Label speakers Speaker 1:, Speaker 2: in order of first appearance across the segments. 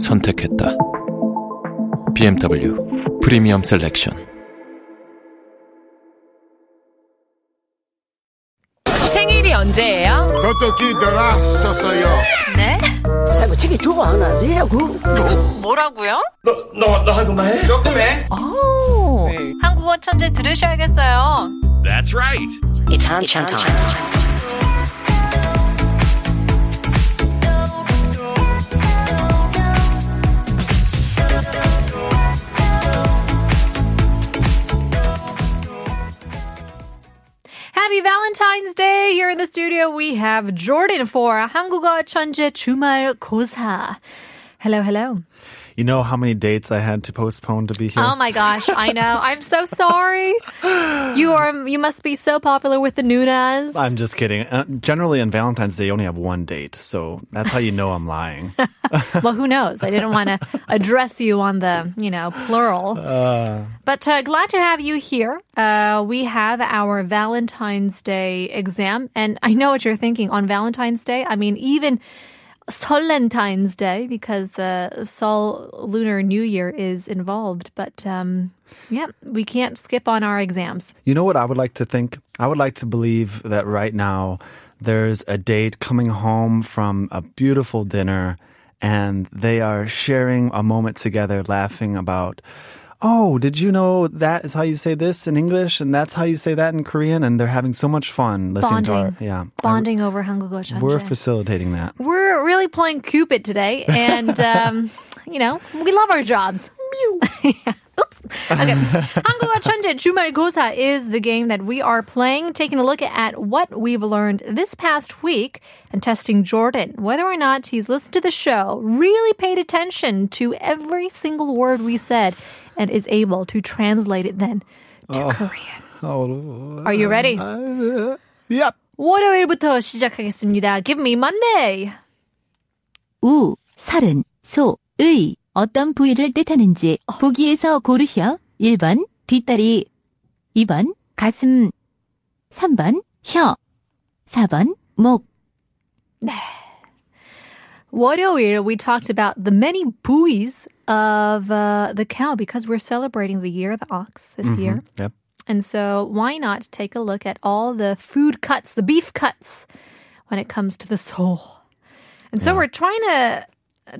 Speaker 1: 선택했다. BMW 프리미엄 셀렉션.
Speaker 2: 생일이 언제예요?
Speaker 3: 어떻게 들었었어요?
Speaker 2: 네?
Speaker 4: 살고 책이 좋아하나라고
Speaker 2: 뭐라고요?
Speaker 5: 너, 너 한국말 해?
Speaker 2: 오, 한국어 천재 들으셔야겠어요.
Speaker 6: That's right.
Speaker 4: It's 한참 time.
Speaker 2: Happy Valentine's Day. Here in the studio we have Jordan for 한국어 천재 주말 고사. Hello, hello.
Speaker 7: You know how many dates I had to postpone to be here?
Speaker 2: Oh my gosh, I know. I'm so sorry. You are you must be so popular with the Nunas.
Speaker 7: I'm just kidding. Uh, generally, on Valentine's Day, you only have one date, so that's how you know I'm lying.
Speaker 2: well, who knows? I didn't want to address you on the, you know, plural. but uh, glad to have you here. Uh, we have our Valentine's Day exam, and I know what you're thinking. On Valentine's Day, I mean, even Solentine's Day, because the Sol Lunar New Year is involved. But um, yeah, we can't skip on our exams.
Speaker 7: you know what I would like to think? I would like to believe that right now there's a date coming home from a beautiful dinner and they are sharing a moment together laughing about. Oh, did you know that is how you say this in English and that's how you say that in Korean? And they're having so much fun listening to our,
Speaker 2: Bonding.
Speaker 7: yeah.
Speaker 2: Bonding over Hangugo
Speaker 7: I- we're facilitating that.
Speaker 2: We're really playing Cupid today, and um, you know we love our jobs. Yeah. Oops. Okay. 한국어 천재 주말고사 is the game that we are playing, taking a look at what we've learned this past week and testing Jordan whether or not he's listened to the show, really paid attention to every single word we said, and is able to translate it then to Korean. Are you ready?
Speaker 7: Yep.
Speaker 2: 월요일부터 시작하겠습니다. Give me Monday.
Speaker 8: 우, 살은, 소, 의 어떤 부위를 뜻하는지
Speaker 9: 어.
Speaker 8: 보기에서 고르시오. 1번 뒷다리, 2번 가슴, 3번 혀, 4번 목.
Speaker 2: 월요일, we talked about the many buoys of uh, the cow because we're celebrating the year of the ox this year.
Speaker 7: Yep.
Speaker 2: And so, why not take a look at all the food cuts, the beef cuts, when it comes to the soul? And so, we're trying to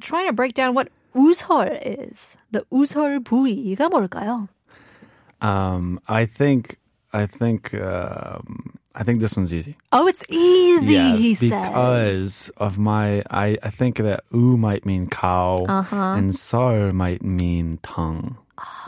Speaker 2: trying to break down what 우설 is. The 우설 부위가 뭘까요?
Speaker 7: Um, I think, I think, um, I think this one's easy.
Speaker 2: Oh, it's easy, he says.
Speaker 7: because of my, I, I think that u might mean cow,
Speaker 2: Uh-huh.
Speaker 7: and sar might mean tongue.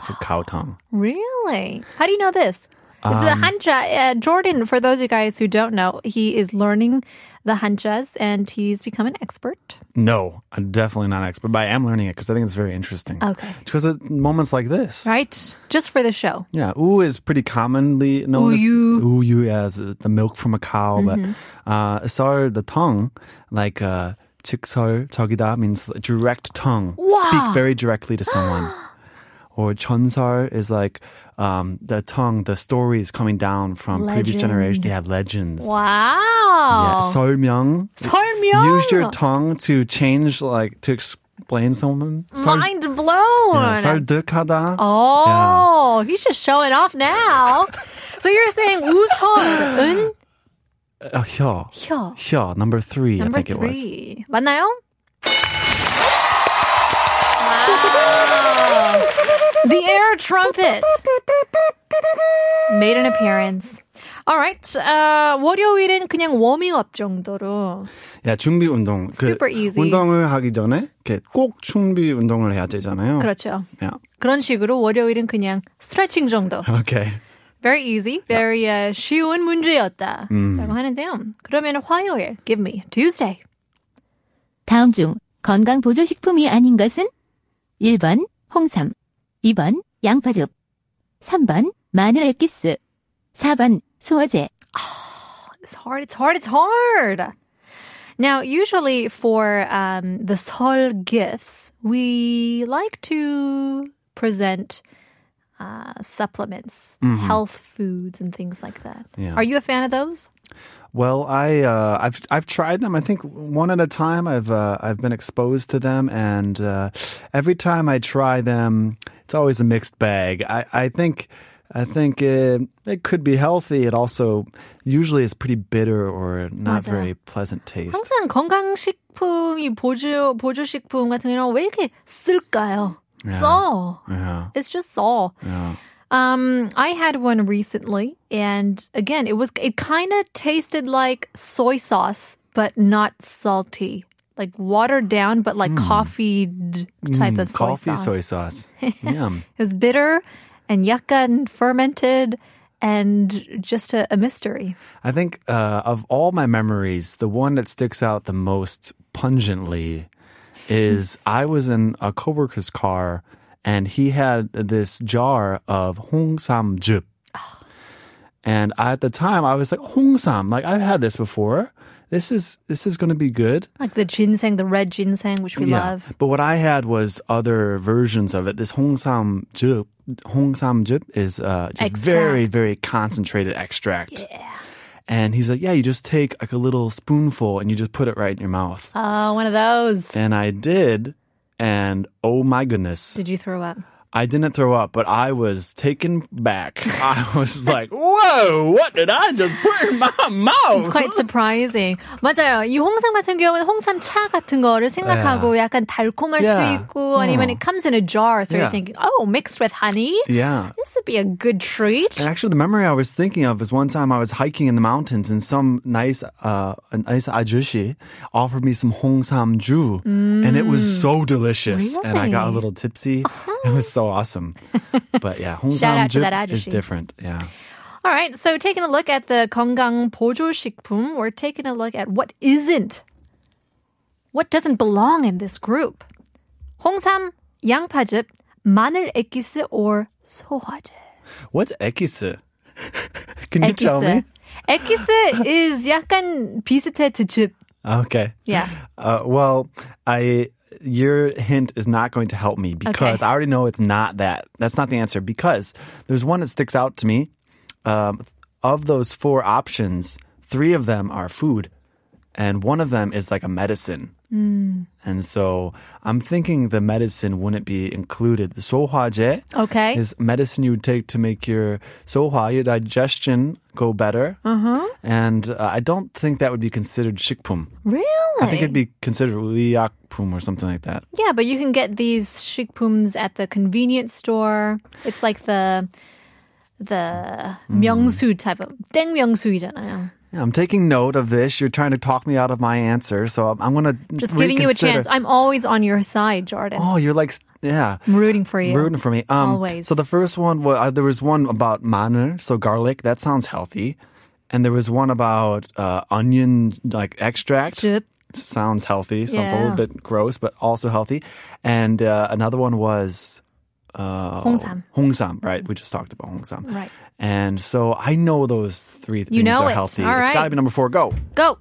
Speaker 7: So cow tongue.
Speaker 2: Really? How do you know this? This is the
Speaker 7: Um,
Speaker 2: hanja. Uh, Jordan, for those of you guys who don't know, he is learning the hanjas and he's become an expert.
Speaker 7: No, I'm definitely not an expert, but I am learning it because I think it's very interesting.
Speaker 2: Okay.
Speaker 7: Because of moments like this.
Speaker 2: Right? Just for the show.
Speaker 7: Yeah, oo is pretty commonly known
Speaker 2: Uyu. Mm-hmm.
Speaker 7: as uyu as uh, the milk from a cow, but uh, sar the tongue, like uh, 직설 저기다 means direct tongue, speak very directly to someone. or 전설 is like um, the tongue, the stories coming down from previous generation. Yeah, legends. Yeah,
Speaker 2: Wow.
Speaker 7: 설명.
Speaker 2: 설명.
Speaker 7: Use your tongue to change, like to explain someone. 설-
Speaker 2: Mind blown.
Speaker 7: yeah, 설득하다.
Speaker 2: oh, he's just showing off now. so you're saying 우선
Speaker 7: Uh, 혀.
Speaker 2: 혀.
Speaker 7: 혀, number three,
Speaker 2: Number
Speaker 7: I think it was.
Speaker 2: three. 맞나요? Wow. the air trumpet made an appearance. All right. Uh, 월요일은 그냥 워밍업 정도로.
Speaker 7: 야 준비 운동.
Speaker 2: Super easy.
Speaker 7: 운동을 하기 전에 이렇게 꼭 준비 운동을 해야 되잖아요.
Speaker 2: 그렇죠.
Speaker 7: Yeah.
Speaker 2: 그런 식으로 월요일은 그냥 스트레칭 정도.
Speaker 7: Okay.
Speaker 2: Very easy, very uh, 쉬운 문제였다. 라고 하는데요. 그러면 화요일, give me Tuesday.
Speaker 8: 다음 중 건강보조식품이 아닌 것은? 1번 홍삼 2번 양파즙 3번 마늘 액기스 4번 소화제
Speaker 2: It's hard. It's hard. It's hard. Now, usually for um, the sol gifts, we like to present uh, supplements, health foods, and things like that.
Speaker 7: Yeah.
Speaker 2: Are you a fan of those?
Speaker 7: Well, I uh, I've I've tried them. I think one at a time. I've uh, I've been exposed to them, and uh, every time I try them, it's always a mixed bag. I I think. I think it, it could be healthy. It also usually is pretty bitter or not
Speaker 2: 맞아요.
Speaker 7: very pleasant taste.
Speaker 2: 항상 건강식품이 보조 보조식품 같은 경우 왜 이렇게 쓸까요? 써.
Speaker 7: Yeah.
Speaker 2: It's just 써.
Speaker 7: yeah.
Speaker 2: Um, I had one recently, and again, it was it kind of tasted like soy sauce, but not salty, like watered down, but like coffeeed type of soy
Speaker 7: Hmm. Coffee
Speaker 2: sauce.
Speaker 7: soy sauce. Yum.
Speaker 2: It was bitter and yucca fermented, and just a, a mystery.
Speaker 7: I think uh, of all my memories, the one that sticks out the most pungently is I was in a coworker's car and he had this jar of Hong Sam Jup. And I, at the time, I was like, Hong Sam, like I've had this before. This is this is going to be good.
Speaker 2: Like the ginseng, the red ginseng, which we love.
Speaker 7: But what I had was other versions of it. This Hong Sam Jup, Hong Sam Jup is uh, just very, very concentrated extract. Yeah. And he's like, yeah, you just take like a little spoonful and you just put it right in your mouth.
Speaker 2: Oh, one of those.
Speaker 7: And I did. And oh my goodness,
Speaker 2: Did you throw up?
Speaker 7: I didn't throw up, but I was taken back. I was like, whoa, what did I just put in my mouth?
Speaker 2: It's quite surprising. 맞아요. 이 홍삼 같은 경우는 홍삼차 같은 거를 생각하고 약간 달콤할
Speaker 7: Yeah.
Speaker 2: 수도 있고 아니면 it comes in a jar, so you're
Speaker 7: Yeah.
Speaker 2: thinking, oh, mixed with honey.
Speaker 7: yeah.
Speaker 2: This would be a good treat.
Speaker 7: And actually, the memory I was thinking of is one time I was hiking in the mountains, and some nice, uh, a nice ajushi offered me some Hong Sam Ju, and it was so delicious. And I
Speaker 2: Mm. Really? Uh-huh.
Speaker 7: got a little tipsy. It was so awesome. but yeah, Hong
Speaker 2: Shout
Speaker 7: Sam
Speaker 2: out to
Speaker 7: Ju
Speaker 2: that
Speaker 7: is
Speaker 2: ajushi.
Speaker 7: different. Yeah.
Speaker 2: All right, so taking a look at the 건강 보조식품, we're taking a look at what isn't, what doesn't belong in this group. 홍삼, 양파즙, 마늘 액기스 or 소화제.
Speaker 7: What's ekise? Can you tell me?
Speaker 2: 액기스 is 약간 비슷해 드즙.
Speaker 7: Okay.
Speaker 2: Yeah.
Speaker 7: Uh, well, I your hint is not going to help me because
Speaker 2: Okay.
Speaker 7: I already know it's not that. That's not the answer because there's one that sticks out to me. Um, of those four options, three of them are food, and one of them is like a medicine.
Speaker 2: Hmm.
Speaker 7: And so I'm thinking the medicine wouldn't be included. The sohwaje
Speaker 2: Okay.
Speaker 7: is medicine you would take to make your sohwa, your digestion go better.
Speaker 2: Uh-huh.
Speaker 7: And uh, I don't think that would be considered shikpum.
Speaker 2: Really?
Speaker 7: I think it'd be considered liyakpum or something like that.
Speaker 2: Yeah, but you can get these shikpums at the convenience store. It's like the the
Speaker 7: Hmm.
Speaker 2: 명수 type of 땡명수이잖아요.
Speaker 7: Yeah, I'm taking note of this. You're trying to talk me out of my answer, so I'm, I'm gonna
Speaker 2: Just giving you a
Speaker 7: reconsider.
Speaker 2: chance. I'm always on your side, Jordan.
Speaker 7: uh, Oh, you're like, yeah,
Speaker 2: I'm rooting for you.
Speaker 7: rooting for me. Um,
Speaker 2: Always.
Speaker 7: So the first one, was, uh, there was one about maner, so garlic. That sounds healthy. And there was one about uh, onion, like extract.
Speaker 2: Jup.
Speaker 7: Sounds healthy. Sounds a
Speaker 2: Yeah.
Speaker 7: little bit gross, but also healthy. And uh, another one was uh,
Speaker 2: 홍삼.
Speaker 7: 홍삼, right? We just talked about 홍삼.
Speaker 2: Mm-hmm. Right.
Speaker 7: And so I know those three
Speaker 2: You
Speaker 7: things
Speaker 2: know
Speaker 7: are
Speaker 2: it.
Speaker 7: healthy.
Speaker 2: All
Speaker 7: It's
Speaker 2: right.
Speaker 7: got to be number four. Go.
Speaker 2: Go.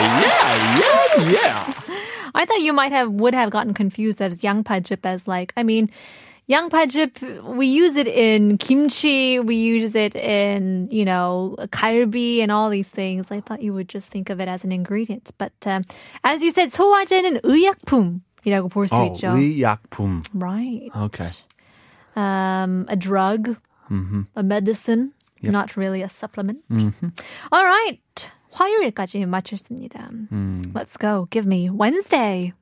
Speaker 7: yeah, yeah.
Speaker 2: I thought you might have would have gotten confused as 양파즙 as like I mean 양파즙 we use it in kimchi, we use it in, you know, 갈비 and all these things. I thought you would just think of it as an ingredient. But um, as you said 소화제는 의약품이라고 볼 수
Speaker 7: Oh,
Speaker 2: 있죠.
Speaker 7: 리약품.
Speaker 2: right.
Speaker 7: Okay.
Speaker 2: Um a drug, a medicine, not really a supplement. All right. 화요일까지 맞췄습니다. Let's go. Give me Wednesday.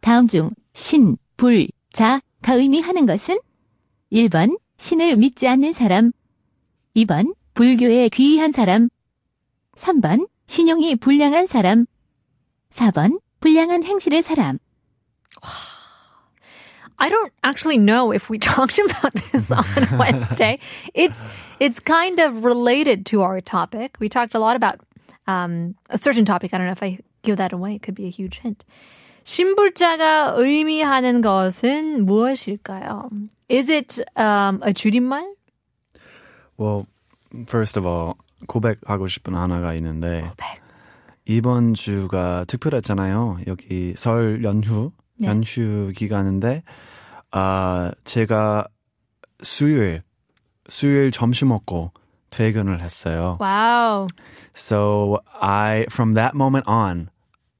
Speaker 8: 다음 중 신, 불, 자가 의미하는 것은? 1번 신을 믿지 않는 사람 2번 불교에 귀의한 사람 3번 신용이 불량한 사람 4번 불량한 행실의 사람
Speaker 2: I don't actually know if we talked about this on Wednesday. It's it's kind of related to our topic. We talked a lot about um, a certain topic. I don't know if I give that away. It could be a huge hint. 신불자가 의미하는 것은 무엇일까요? Is it um, a 줄임말?
Speaker 7: Well, first of all, 고백하고 싶은 하나가 있는데 이번 주가 특별했잖아요. 여기 설 연휴
Speaker 2: 네.
Speaker 7: 연휴 기간인데 아 제가 수요일 수요일 점심 먹고 퇴근을 했어요.
Speaker 2: Wow.
Speaker 7: So I from that moment on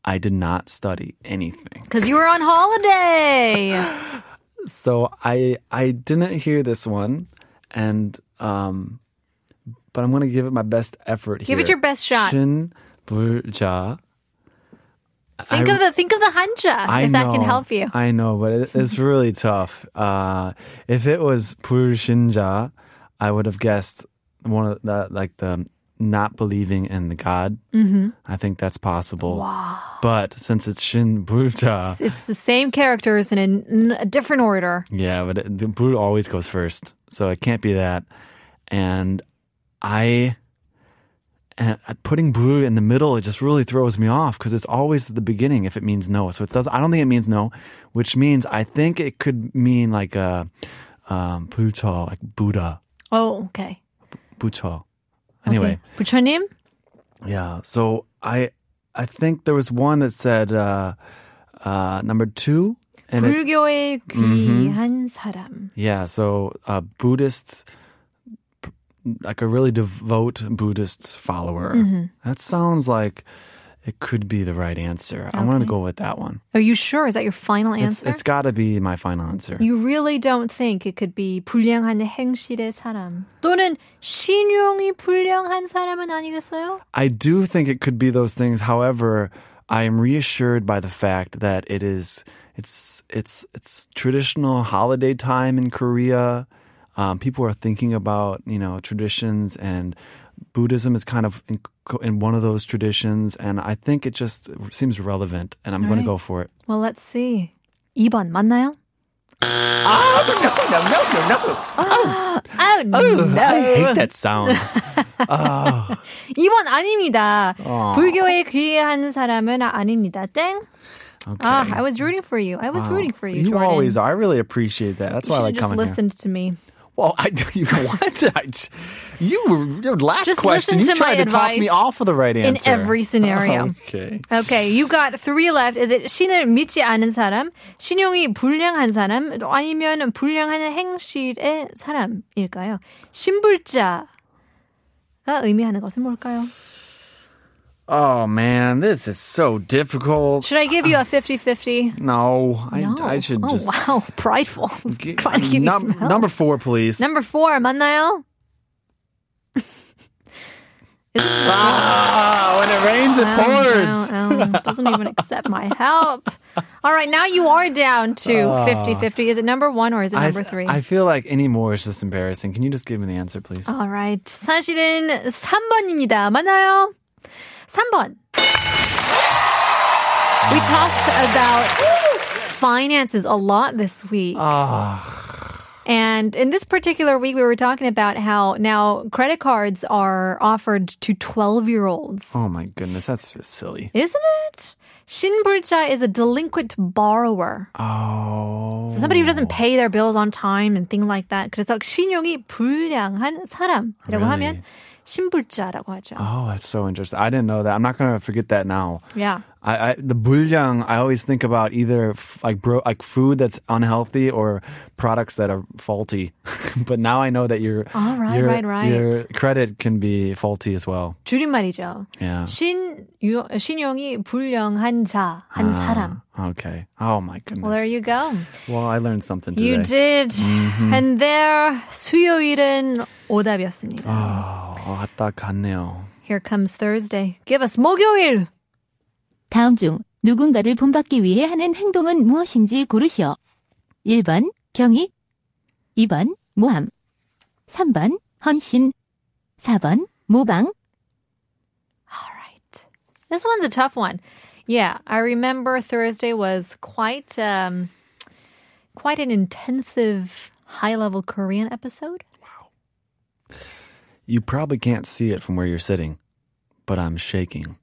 Speaker 7: I did not study anything.
Speaker 2: Because you were on holiday.
Speaker 7: So I I didn't hear this one, and um, but I'm gonna give it my best effort here.
Speaker 2: Give it your best shot.
Speaker 7: 신불자.
Speaker 2: Think
Speaker 7: I-
Speaker 2: of the think of the hanja
Speaker 7: I
Speaker 2: if
Speaker 7: know,
Speaker 2: that can help you.
Speaker 7: I know, but it, it's really tough. Uh, if it was 불신자, I would have guessed one of the like the not believing in the God. Mm-hmm. I think that's possible. Wow. But since it's 신불자,
Speaker 2: It's the same characters in a, in a different order.
Speaker 7: Yeah, but it, the blue always goes first, so it can't be that. And I, and uh, putting blue in the middle, it just really throws me off because it's always at the beginning if it means no. So it does. I don't think it means no, which means I think it could mean like a um, 불처, like Buddha,
Speaker 2: Oh, okay.
Speaker 7: 부처. Anyway,
Speaker 2: okay. 부처님?
Speaker 7: yeah. So I, I think there was one that said uh, uh, number two, and it, Mm-hmm.
Speaker 2: 불교에 귀한 사람.
Speaker 7: Yeah, so uh, Buddhists, p- like a really devout Buddhist follower.
Speaker 2: Mm-hmm.
Speaker 7: That sounds like it could be the right answer. I'm going to
Speaker 2: Okay.
Speaker 7: go with that one.
Speaker 2: Are you sure? Is that your final
Speaker 7: It's,
Speaker 2: answer?
Speaker 7: it's got to be my final answer.
Speaker 2: You really don't think it could be 불량한 행실의 사람 또는 신용이 불량한 사람은 아니겠어요?
Speaker 7: I do think it could be those things. However, I am reassured by the fact that it is it's it's it's traditional holiday time in Korea. Um, people are thinking about you know traditions and Buddhism is kind of in, in one of those traditions, and I think it just seems relevant, and I'm going to go for it.
Speaker 2: Well, let's see. 2번 맞나요?
Speaker 7: No, no, Ah, no, no!
Speaker 2: Oh,
Speaker 7: I hate
Speaker 2: no.
Speaker 7: that sound.
Speaker 2: 2번 아닙니다.
Speaker 7: Oh.
Speaker 2: 불교에 귀한 사람은 아- 아닙니다. 땡.
Speaker 7: Okay.
Speaker 2: Ah, I was rooting for you. I was rooting for you, Jordan.
Speaker 7: always are. I really appreciate that. That's
Speaker 2: You
Speaker 7: why I
Speaker 2: should have
Speaker 7: like
Speaker 2: just
Speaker 7: coming here.
Speaker 2: listened to me.
Speaker 7: Well, I you what? I, you were your last
Speaker 2: Just
Speaker 7: question.
Speaker 2: listen
Speaker 7: You
Speaker 2: to my
Speaker 7: tried to talk me
Speaker 2: advice
Speaker 7: off of the right
Speaker 2: in
Speaker 7: answer Oh.
Speaker 2: every scenario.
Speaker 7: Okay.
Speaker 2: Okay, you got three left. Is it 신을 믿지 않은 사람, 신용이 불량한 사람, 아니면 불량한 행실의 사람일까요? 신불자가 의미하는 것은 뭘까요?
Speaker 7: Oh man, this is so difficult.
Speaker 2: Should I give you a 50-50?
Speaker 7: No, I,
Speaker 2: No.
Speaker 7: I should
Speaker 2: oh,
Speaker 7: just
Speaker 2: wow, prideful.
Speaker 7: gi-
Speaker 2: trying to give you some
Speaker 7: num-
Speaker 2: help.
Speaker 7: number four, please.
Speaker 2: Number four, 맞나요? Is it-
Speaker 7: Ah, when it rains, it
Speaker 2: Oh,
Speaker 7: pours.
Speaker 2: oh, oh. Doesn't even accept my help. All right, now you are down to 50 50. Is it number one or is it
Speaker 7: Uh, I,
Speaker 2: number three?
Speaker 7: I feel like any more is just embarrassing. Can you just give me the answer, please?
Speaker 2: All right. 사실은 3번입니다. 맞나요? 3번. We talked about finances a lot this week.
Speaker 7: Uh. Ah,
Speaker 2: And in this particular week, we were talking about how now credit cards are offered to 12 year olds.
Speaker 7: Oh my goodness, that's just silly.
Speaker 2: Isn't it? Shinbulja is a delinquent borrower.
Speaker 7: Oh,
Speaker 2: So somebody who doesn't pay their bills on time and thing like that. 그래서 신용이 불량한 사람이라고
Speaker 7: Really?
Speaker 2: 하면 신불자라고 하죠.
Speaker 7: oh, that's so interesting. I didn't know that. I'm not gonna forget that now.
Speaker 2: Yeah.
Speaker 7: I, I the buljang I always think about either f- like bro like food that's unhealthy or products that are faulty. but now I know that your
Speaker 2: Oh, right,
Speaker 7: your,
Speaker 2: right, right.
Speaker 7: your credit can be faulty as well.
Speaker 2: 줄임말이죠.
Speaker 7: Yeah.
Speaker 2: 신, 유, 신용이 불량한 자,
Speaker 7: Ah,
Speaker 2: 한 사람.
Speaker 7: Um, Okay. Oh my goodness.
Speaker 2: Well, there you go.
Speaker 7: Well, I learned something today.
Speaker 2: You did. And there, 수요일은 오답이었습니다.
Speaker 7: Oh, 왔다 갔네요.
Speaker 2: Here comes Thursday. Give us 목요일.
Speaker 8: 다음 중 누군가를 본받기 위해 하는 행동은 무엇인지 고르시오. 1번 경의 2번 모함 3번 헌신 4번 모방
Speaker 2: All right. This one's a tough one. Yeah, I remember Thursday was quite um, quite an intensive high-level Korean episode.
Speaker 7: You probably can't see it from where you're sitting, but I'm shaking.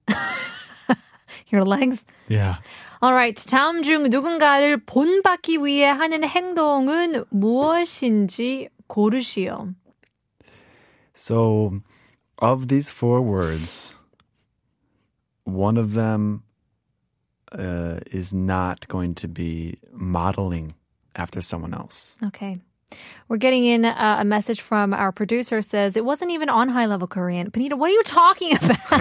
Speaker 2: Your legs.
Speaker 7: Yeah.
Speaker 2: Alright, 다음 중 누군가를 본받기 위해 하는 행동은 무엇인지 고르시오.
Speaker 7: So, of these four words, one of them uh, is not going to be modeling after someone else.
Speaker 2: Okay. We're getting in uh, a message from our producer says it wasn't even on high level Korean. Benita, what are you talking about?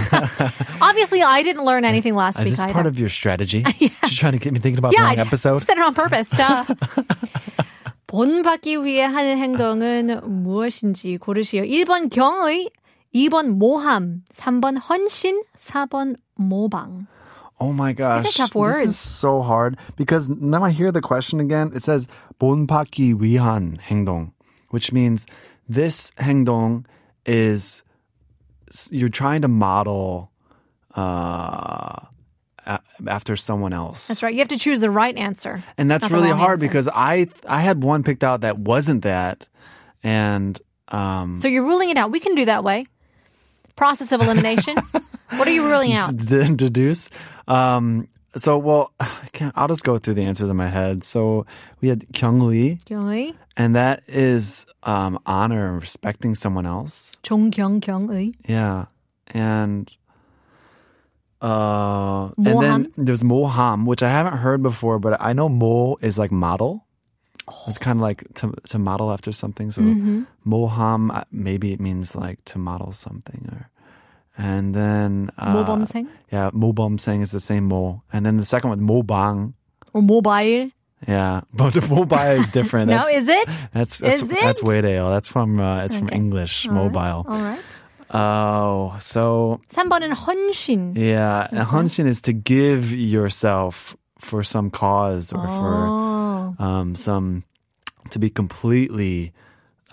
Speaker 2: Obviously, I didn't learn anything last
Speaker 7: Is
Speaker 2: week.
Speaker 7: this
Speaker 2: either.
Speaker 7: part of your strategy? You're trying to get me thinking about the
Speaker 2: yeah,
Speaker 7: wrong
Speaker 2: I
Speaker 7: episode?
Speaker 2: said it on purpose. Duh. 본받기 위해 하는 행동은 무엇인지 고르시오. 1번 경의, 2번 모함, 3번 헌신, 4번 모방.
Speaker 7: Oh my gosh.
Speaker 2: tough
Speaker 7: This
Speaker 2: words.
Speaker 7: is so hard because now I hear the question again. It says 본받기 위한 행동, which means this 행동 is s- you're trying to model uh, a- after someone else.
Speaker 2: That's right. You have to choose the right answer.
Speaker 7: And that's
Speaker 2: Not the
Speaker 7: really
Speaker 2: wrong
Speaker 7: hard
Speaker 2: answer.
Speaker 7: because I I had one picked out that wasn't that and um
Speaker 2: So you're ruling it out. We can do that way. Process of elimination. what are you ruling out?
Speaker 7: d- deduce. Um, so, well, I can't, I'll just go through the answers in my head. So we had Kyung Lee,
Speaker 2: 경의,
Speaker 7: and that is um, honor and respecting someone else.
Speaker 2: 종경경의.
Speaker 7: Yeah, and uh, and then there's Moham, which I haven't heard before, but I know Mo is like model. It's kind of like to to model after something. So Moham, uh, maybe it means like to model something, or and then uh,
Speaker 2: 모범생?
Speaker 7: yeah, mobom saying is the same mo. And then the second one, mobang.
Speaker 2: Or mobile?
Speaker 7: Yeah, but the mobile is different.
Speaker 2: No,
Speaker 7: that's,
Speaker 2: is it?
Speaker 7: that's that's
Speaker 2: is
Speaker 7: that's
Speaker 2: it?
Speaker 7: weird ale. That's from uh, it's from
Speaker 2: Okay.
Speaker 7: English
Speaker 2: All right.
Speaker 7: mobile.
Speaker 2: All right.
Speaker 7: Oh, so
Speaker 2: 3번은 헌신.
Speaker 7: yeah, and hanshin is to give yourself for some cause or
Speaker 2: Oh.
Speaker 7: for um some to be completely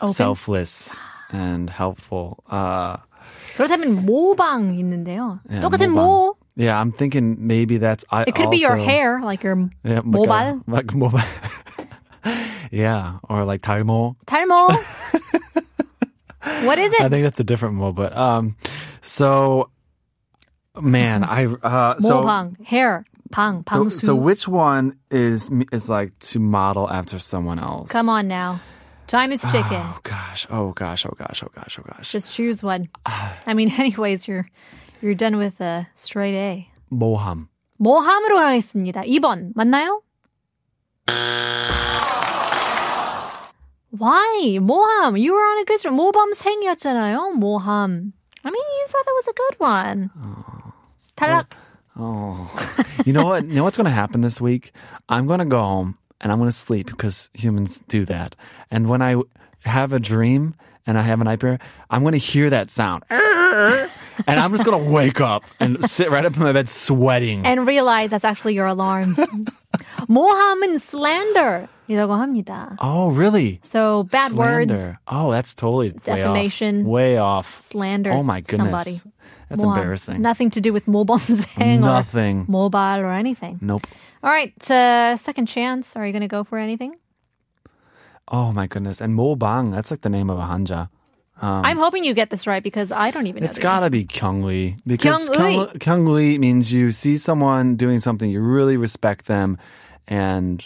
Speaker 2: Open.
Speaker 7: selfless and helpful. Uh,
Speaker 2: 그렇다면 모방 있는데요.
Speaker 7: yeah,
Speaker 2: 똑같은
Speaker 7: mobang.
Speaker 2: 모.
Speaker 7: Yeah, I'm thinking maybe that's I.
Speaker 2: It could be your
Speaker 7: also-
Speaker 2: hair, like your
Speaker 7: Yeah, like
Speaker 2: mobile.
Speaker 7: a- like mobile. yeah, or like Taimo.
Speaker 2: 탈모. what is
Speaker 7: I
Speaker 2: it?
Speaker 7: think that's a different mobile. But um, so man, I uh, so
Speaker 2: 모방, hair, 방,
Speaker 7: so,
Speaker 2: 방수.
Speaker 7: so which one is is like to model after someone else?
Speaker 2: Come on now. Time is ticking.
Speaker 7: Oh gosh! Oh gosh! Oh gosh! Oh gosh! Oh gosh!
Speaker 2: Just choose one. I mean, anyways, you're you're done with a straight A.
Speaker 7: Moham.
Speaker 2: 모함으로 하겠습니다. 2번 맞나요? Why? 모함. You were on a good 모범생이었잖아요. 모함. I mean, you thought that was a good one. 탈락.
Speaker 7: Oh, you know what? You know what's going to happen this week? I'm going to go home and I'm going to sleep because humans do that. And when I have a dream and I have a nightmare, I'm going to hear that sound. And I'm just going to wake up and sit right up in my bed sweating.
Speaker 2: and realize that's actually your alarm. 모함은 slander이라고 합니다.
Speaker 7: Oh, really?
Speaker 2: So bad
Speaker 7: Slander.
Speaker 2: words,
Speaker 7: Oh, that's totally
Speaker 2: Defamation.
Speaker 7: Way off. Way off.
Speaker 2: slander.
Speaker 7: Oh my
Speaker 2: Somebody.
Speaker 7: goodness. That's
Speaker 2: 모함.
Speaker 7: embarrassing.
Speaker 2: Nothing to do with 모범생
Speaker 7: Nothing.
Speaker 2: or mobile or anything.
Speaker 7: Nope.
Speaker 2: All right, uh, second chance. Are you going to go for anything?
Speaker 7: Oh my goodness. And Mo Bang, that's like the name of a Hanja.
Speaker 2: I'm hoping you get this right because I don't even know.
Speaker 7: Um, It's
Speaker 2: the
Speaker 7: gotta be Kyungli because
Speaker 2: Kyungli.
Speaker 7: Kyung- Kyungli means you see someone doing something, you really respect them, and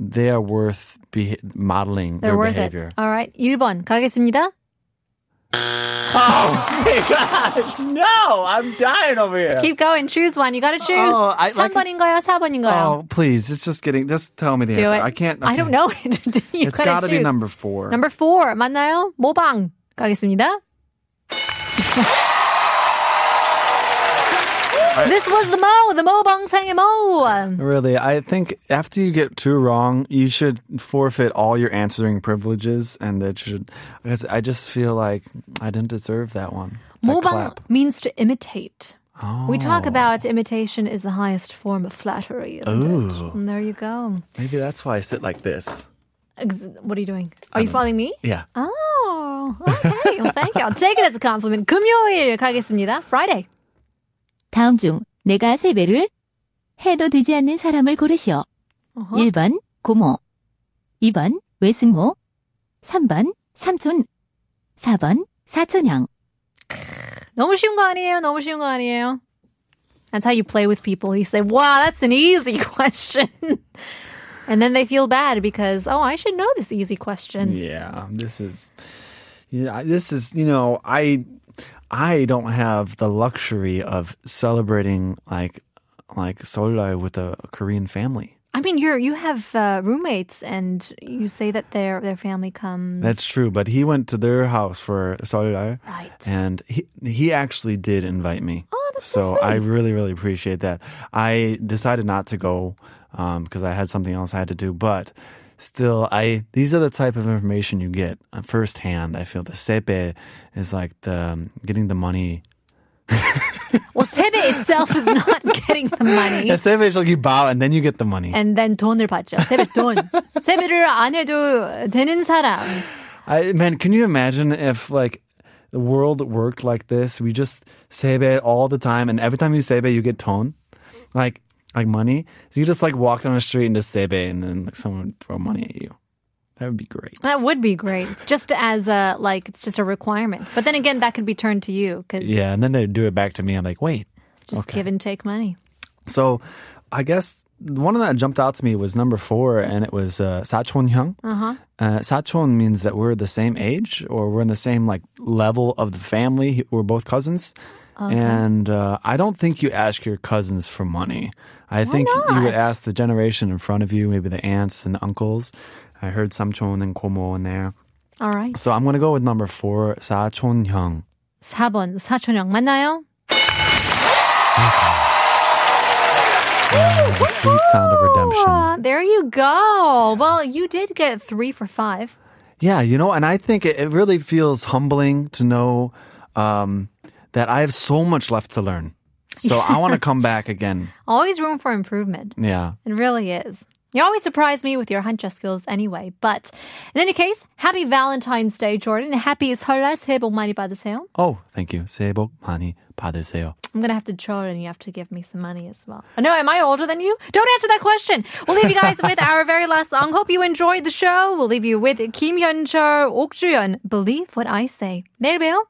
Speaker 7: they are worth be- modeling
Speaker 2: answer. They're
Speaker 7: their
Speaker 2: worth
Speaker 7: behavior.
Speaker 2: it. Uh, All right, 1번 가겠습니다.
Speaker 7: Oh, No, I'm dying over here.
Speaker 2: Keep going. Choose one. You got to choose.
Speaker 7: Oh, I- like-
Speaker 2: 3번인가요? 4번인가요?
Speaker 7: oh, please, it's just getting. Just tell me the
Speaker 2: Do
Speaker 7: answer.
Speaker 2: it.
Speaker 7: I can't.
Speaker 2: I don't know. it. you
Speaker 7: It's
Speaker 2: got to
Speaker 7: gotta be number four.
Speaker 2: Number four 맞나요? 모방 가겠습니다. This was the mo, the mobang sang mo.
Speaker 7: Really, I think after you get two wrong, you should forfeit all your answering privileges, and that should. Because I just feel like I didn't deserve that one. That
Speaker 2: Mobang
Speaker 7: clap. Oh.
Speaker 2: means to imitate. We talk about imitation is the highest form of flattery. isn't it?
Speaker 7: Ooh.
Speaker 2: And there you go.
Speaker 7: Maybe that's why I sit like this.
Speaker 2: Ex- What are you doing? Are you following me?
Speaker 7: Yeah.
Speaker 2: Oh, okay. Well, thank you. I'll take it as a compliment. 금요일 가겠습니다. Friday.
Speaker 8: 다음 중 내가 세배를 해도 되지 않는 사람을 고르시오.
Speaker 2: 어허.
Speaker 8: 1번 고모 2번 외숙모 3번 삼촌 4번 사촌형
Speaker 2: 너무 쉬운 거 아니에요? 너무 쉬운 거 아니에요? That's how you play with people. You say, wow, that's an easy question. and then they feel bad because, oh, I should know this easy question.
Speaker 7: Yeah, this is yeah, this is, you know, I I don't have the luxury of celebrating like like Solai with a Korean family.
Speaker 2: I mean, you're, you have uh, roommates and you say that their, their family comes.
Speaker 7: That's true, but he went to their house for Solai
Speaker 2: right.
Speaker 7: and he he actually did invite me.
Speaker 2: Oh, that's so
Speaker 7: so I
Speaker 2: sweet.
Speaker 7: really really appreciate that. I decided not to go um because I had something else I had to do, but still I these are the type of information you get uh, firsthand. I feel the sepe is like the um, getting the money.
Speaker 2: Well, 세배 itself is not getting the money.
Speaker 7: The sepe is like you bow and then you get the money.
Speaker 2: And then 돈을 받죠. 세배 돈. 세배를 안 해도 되는 사람.
Speaker 7: I man, can you imagine if like the world worked like this? We just sebe all the time, and every time you sebe, you get tone, like like money. So you just like walk down the street and just sebe, and then like someone would throw money at you. That would be great.
Speaker 2: That would be great. Just as a, like, it's just a requirement. But then again, that could be turned to you because
Speaker 7: Yeah, and then they do it back to me. I'm like, wait.
Speaker 2: just give and take money.
Speaker 7: So I guess the one that jumped out to me was number four, and it was uh, Sachonhyung. Uh-huh. Uh, Sachon means that we're the same age, or we're in the same like level of the family. We're both cousins. And uh, I don't think you ask your cousins for money. I think you would ask the generation in front of you, maybe the aunts and the uncles. I heard Samchon and Komo in there.
Speaker 2: All right.
Speaker 7: So I'm going to go with number four, Sachonhyung.
Speaker 2: 4번 사촌형 맞나요?
Speaker 7: The sweet sound of redemption.
Speaker 2: Ah, there you go. Well, you did get three for five.
Speaker 7: Yeah, you know, and I think it, it really feels humbling to know um, that I have so much left to learn. So I want to come back again.
Speaker 2: Always room for improvement.
Speaker 7: Yeah.
Speaker 2: It really is. You always surprise me with your huncha skills anyway. But in any case, happy Valentine's Day, Jordan. Happy 설날 새해 복 많이 받으세요.
Speaker 7: Oh, thank you. 새해 복 많이 받으세요.
Speaker 2: I'm gonna have to troll and you have to give me some money as well. No, am I older than you? Don't answer that question. We'll leave you guys with our very last song. Hope you enjoyed the show. We'll leave you with Kim Hyun Cho, Ok Believe What I Say. 내일 봬요.